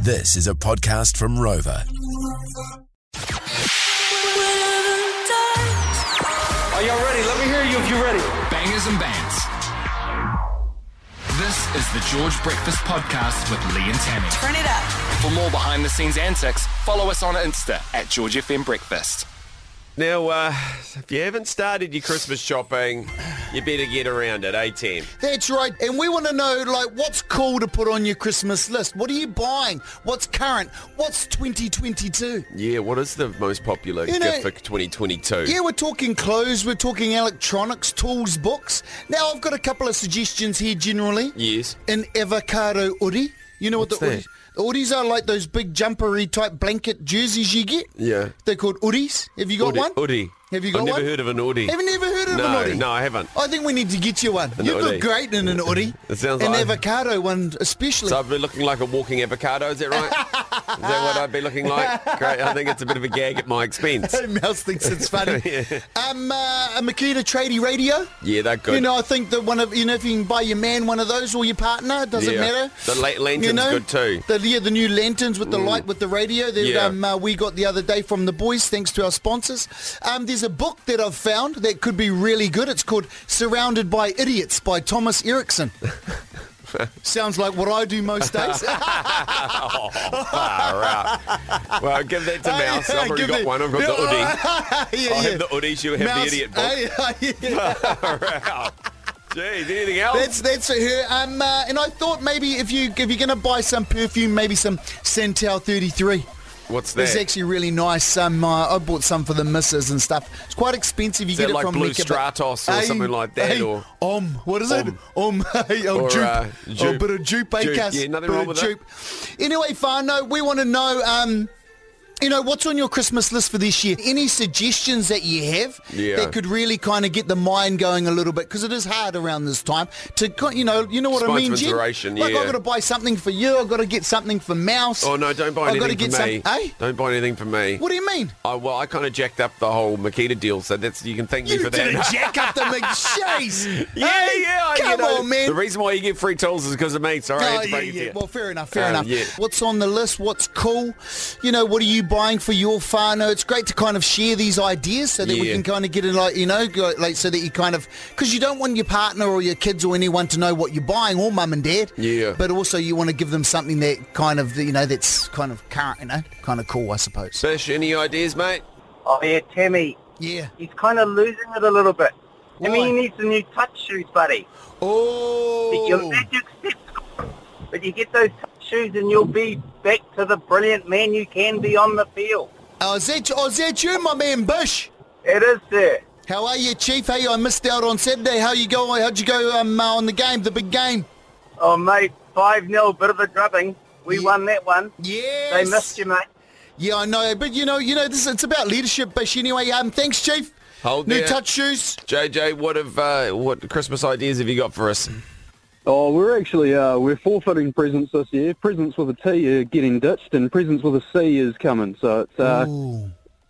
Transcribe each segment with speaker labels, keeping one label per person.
Speaker 1: This is a podcast from Rover.
Speaker 2: Are y'all ready? Let me hear you if you're ready.
Speaker 3: Bangers and Bands. This is the George Breakfast Podcast with Lee and Tammy.
Speaker 4: Turn it up.
Speaker 3: For more behind the scenes antics, follow us on Insta at George FM Breakfast.
Speaker 5: Now, uh, if you haven't started your Christmas shopping, you better get around it, eh, Tim?
Speaker 6: That's right. And we want to know, like, what's cool to put on your Christmas list? What are you buying? What's current? What's 2022?
Speaker 5: Yeah, what is the most popular
Speaker 6: You know-
Speaker 5: gift for 2022?
Speaker 6: Yeah, we're talking clothes, we're talking electronics, tools, books. Now, I've got a couple of suggestions here generally.
Speaker 5: Yes.
Speaker 6: An avocado hoodie. You know what
Speaker 5: What's
Speaker 6: the
Speaker 5: that?
Speaker 6: hoodies? The hoodies are like those big jumpery type blanket jerseys you get.
Speaker 5: Yeah.
Speaker 6: They're called hoodies. Have you got
Speaker 5: Hoodie-
Speaker 6: one?
Speaker 5: hoodie.
Speaker 6: Have you
Speaker 5: I've
Speaker 6: got
Speaker 5: never
Speaker 6: one?
Speaker 5: heard of an hoodie.
Speaker 6: Have you never heard of
Speaker 5: No,
Speaker 6: an hoodie?
Speaker 5: no, I haven't.
Speaker 6: I think we need to get you one. you
Speaker 5: hoodie.
Speaker 6: look great in an hoodie.
Speaker 5: It sounds
Speaker 6: an
Speaker 5: like-
Speaker 6: avocado one especially.
Speaker 5: So I've been looking like a walking avocado, is that right? is that what I'd be looking like? Great, I think it's a bit of a gag at my expense.
Speaker 6: Mouse thinks it's funny. Um, uh, a Makita tradie radio.
Speaker 5: Yeah, they're good.
Speaker 6: You know, I think that one of you know if you can buy your man one of those or your partner, it doesn't
Speaker 5: Yeah.
Speaker 6: matter.
Speaker 5: The la- lantern's good too. Mm.
Speaker 6: The, yeah, the new lanterns with the light with the radio that
Speaker 5: Yeah.
Speaker 6: um, uh, we got the other day from the boys, thanks to our sponsors. Um, there's a book that I've found that could be really good. It's called "Surrounded by Idiots" by Thomas Erickson. Sounds like what I do most days.
Speaker 5: Far out. Ah, Well, give that to Mouse. I've already
Speaker 6: Give
Speaker 5: got
Speaker 6: me-
Speaker 5: one. I've got the hoodie.
Speaker 6: yeah,
Speaker 5: I'll
Speaker 6: yeah.
Speaker 5: have the hoodie. She'll have
Speaker 6: Mouse-
Speaker 5: the idiot book.
Speaker 6: Hey, yeah.
Speaker 5: Wow. Jeez, anything else?
Speaker 6: That's that's her. Um, uh, and I thought maybe if you if you're gonna buy some perfume, maybe some Santal 33.
Speaker 5: What's that?
Speaker 6: It's actually really nice. Um, uh, I bought some for the missus and stuff. It's quite expensive. You
Speaker 5: that
Speaker 6: get it
Speaker 5: like
Speaker 6: from
Speaker 5: Blue
Speaker 6: Mecca, but-
Speaker 5: Stratos or something like that,
Speaker 6: hey,
Speaker 5: or-
Speaker 6: um, what is it?
Speaker 5: Om.
Speaker 6: Um, hey, oh,
Speaker 5: Or,
Speaker 6: jupe.
Speaker 5: uh,
Speaker 6: oh,
Speaker 5: jupe.
Speaker 6: bit of jupe, eh,
Speaker 5: Jupe,
Speaker 6: Cass?
Speaker 5: yeah, nothing
Speaker 6: Bit
Speaker 5: wrong
Speaker 6: of
Speaker 5: with that.
Speaker 6: jupe. Anyway, Farno, we want to know. Um, you know, what's on your Christmas list for this year? Any suggestions that you have
Speaker 5: Yeah.
Speaker 6: that could really kind of get the mind going a little bit? Because it is hard around this time to, co- you know, you know what
Speaker 5: Just
Speaker 6: I
Speaker 5: find
Speaker 6: mean,
Speaker 5: some
Speaker 6: Jen?
Speaker 5: inspiration,
Speaker 6: Like,
Speaker 5: yeah.
Speaker 6: I've got to buy something for you. I've got to get something for Mouse.
Speaker 5: Oh no! Don't buy
Speaker 6: I've got to
Speaker 5: anything
Speaker 6: get
Speaker 5: for me.
Speaker 6: Some, eh?
Speaker 5: Don't buy anything for me.
Speaker 6: What do you mean?
Speaker 5: I, Oh, well, I kind of jacked up the whole Makita deal, so that's you can thank me
Speaker 6: You
Speaker 5: for
Speaker 6: did a
Speaker 5: that.
Speaker 6: jack up the McShays.
Speaker 5: yeah, yeah. I- you
Speaker 6: Come
Speaker 5: know,
Speaker 6: on, man.
Speaker 5: The reason why you get free tools is because of me. Sorry, I had
Speaker 6: Oh,
Speaker 5: to
Speaker 6: yeah,
Speaker 5: break it to
Speaker 6: yeah.
Speaker 5: you.
Speaker 6: Well, fair enough, fair
Speaker 5: Um,
Speaker 6: enough.
Speaker 5: yeah.
Speaker 6: What's on the list? What's cool? You know, what are you buying for your whānau? It's great to kind of share these ideas so that we
Speaker 5: Yeah.
Speaker 6: can kind of get it, like, you know, go- like so that you kind of, because you don't want your partner or your kids or anyone to know what you're buying or mum and dad.
Speaker 5: Yeah.
Speaker 6: But also you want to give them something that kind of, you know, that's kind of current, you know, kind of cool, I suppose.
Speaker 5: Fish, any ideas, mate?
Speaker 7: Oh yeah, Timmy,
Speaker 6: Yeah.
Speaker 7: he's kind of losing it a little bit. I
Speaker 6: Why?
Speaker 7: mean, he needs the new touch shoes, buddy. Your
Speaker 6: Oh.
Speaker 7: magic steps. But you get those touch shoes and you'll be back to the brilliant man you can be on the field.
Speaker 6: Oh, is that, oh, is that you, my man, Bush?
Speaker 7: It is, sir.
Speaker 6: How are you, Chief? Hey, I missed out on Saturday. How you go? How'd you go um, uh, on the game, the big game?
Speaker 7: Oh, mate, 5-0, bit of a drubbing. We
Speaker 6: Ye-
Speaker 7: won that one.
Speaker 6: Yes.
Speaker 7: They missed you, mate.
Speaker 6: Yeah, I know. But you know, you know, this it's about leadership, Bish. Anyway, um, thanks, Chief.
Speaker 5: Hold
Speaker 6: New
Speaker 5: there.
Speaker 6: touch shoes.
Speaker 5: JJ, what have uh, what Christmas ideas have you got for us?
Speaker 8: Oh, we're actually uh, we're forfeiting presents this year. Presents with a T are getting ditched, and presents with a C is coming. So it's uh,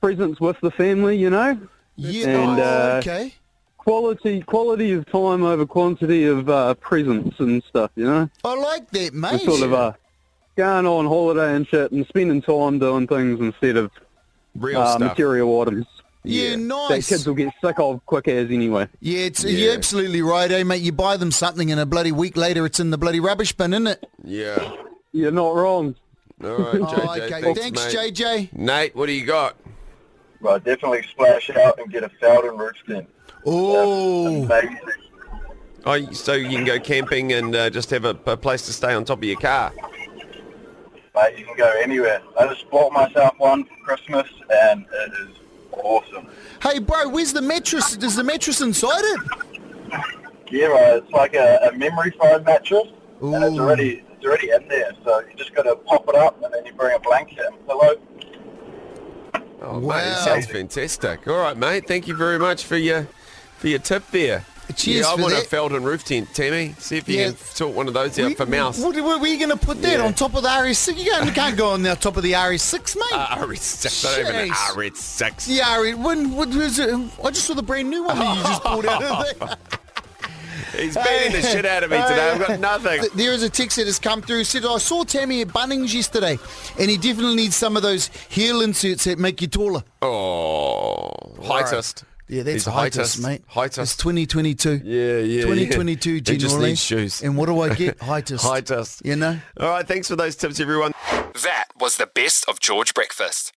Speaker 8: presents with the family, you know.
Speaker 6: Yeah.
Speaker 8: And,
Speaker 6: oh,
Speaker 8: uh,
Speaker 6: okay.
Speaker 8: Quality quality of time over quantity of uh, presents and stuff, you know.
Speaker 6: I like that,
Speaker 8: We're
Speaker 6: mate.
Speaker 8: sort of uh, going on holiday and shit, and spending time doing things instead of
Speaker 5: Real
Speaker 8: uh,
Speaker 5: stuff.
Speaker 8: material items.
Speaker 6: yeah,
Speaker 8: That
Speaker 6: nice.
Speaker 8: kids will get sick of quick as anyway.
Speaker 6: yeah, it's, you're absolutely right, eh, mate? You buy them something and a bloody week later it's in the bloody rubbish bin, isn't it?
Speaker 5: Yeah.
Speaker 8: You're not wrong.
Speaker 5: All right, JJ.
Speaker 6: oh, okay.
Speaker 5: Thanks,
Speaker 6: Thanks,
Speaker 5: mate.
Speaker 6: JJ.
Speaker 5: Nate, what do you got?
Speaker 9: Well, definitely splash out and get a Felden Rootskin.
Speaker 6: Oh.
Speaker 9: Amazing.
Speaker 5: Oh, so you can go camping and uh, just have a, a place to stay on top of your car.
Speaker 9: Mate, you can go anywhere. I just bought myself one for Christmas and it is awesome.
Speaker 6: Hey, bro, where's the mattress? Is the mattress inside it?
Speaker 9: Yeah, right, it's like a, a memory foam mattress and it's
Speaker 6: Ooh.
Speaker 9: already it's already in there. So you just got to pop it up and then you bring a blanket and pillow.
Speaker 5: Oh, mate,
Speaker 6: Wow.
Speaker 5: that sounds fantastic. All right, mate. Thank you very much for your for your tip there.
Speaker 6: Cheers
Speaker 5: yeah, I
Speaker 6: for
Speaker 5: want a
Speaker 6: that.
Speaker 5: Felden roof tent, Tammy. See if you
Speaker 6: Yeah.
Speaker 5: can sort one of those out for mouse.
Speaker 6: What, what, where you going to put that
Speaker 5: Yeah.
Speaker 6: on top of the RS6? You can't, you can't go on the top of the RS6, mate.
Speaker 5: Uh, RS6, not even an
Speaker 6: Jeez.
Speaker 5: RS6.
Speaker 6: the RS. When, what was it? I just saw the brand new one that you just pulled out of there.
Speaker 5: He's beating the shit out of me today. I've got nothing.
Speaker 6: Th- There is a text that has come through. Said I saw Tammy at Bunnings yesterday, and he definitely needs some of those heel inserts that make you taller.
Speaker 5: Oh, heightist.
Speaker 6: Yeah, that's
Speaker 5: He's a
Speaker 6: heightist, mate.
Speaker 5: Heightist.
Speaker 6: It's 2022.
Speaker 5: Yeah, yeah.
Speaker 6: 2022
Speaker 5: yeah. He
Speaker 6: generally.
Speaker 5: just needs shoes.
Speaker 6: And what do I get? Heightist.
Speaker 5: Heightist.
Speaker 6: You know?
Speaker 5: All right, thanks for those tips, everyone.
Speaker 3: That was the best of George Breakfast.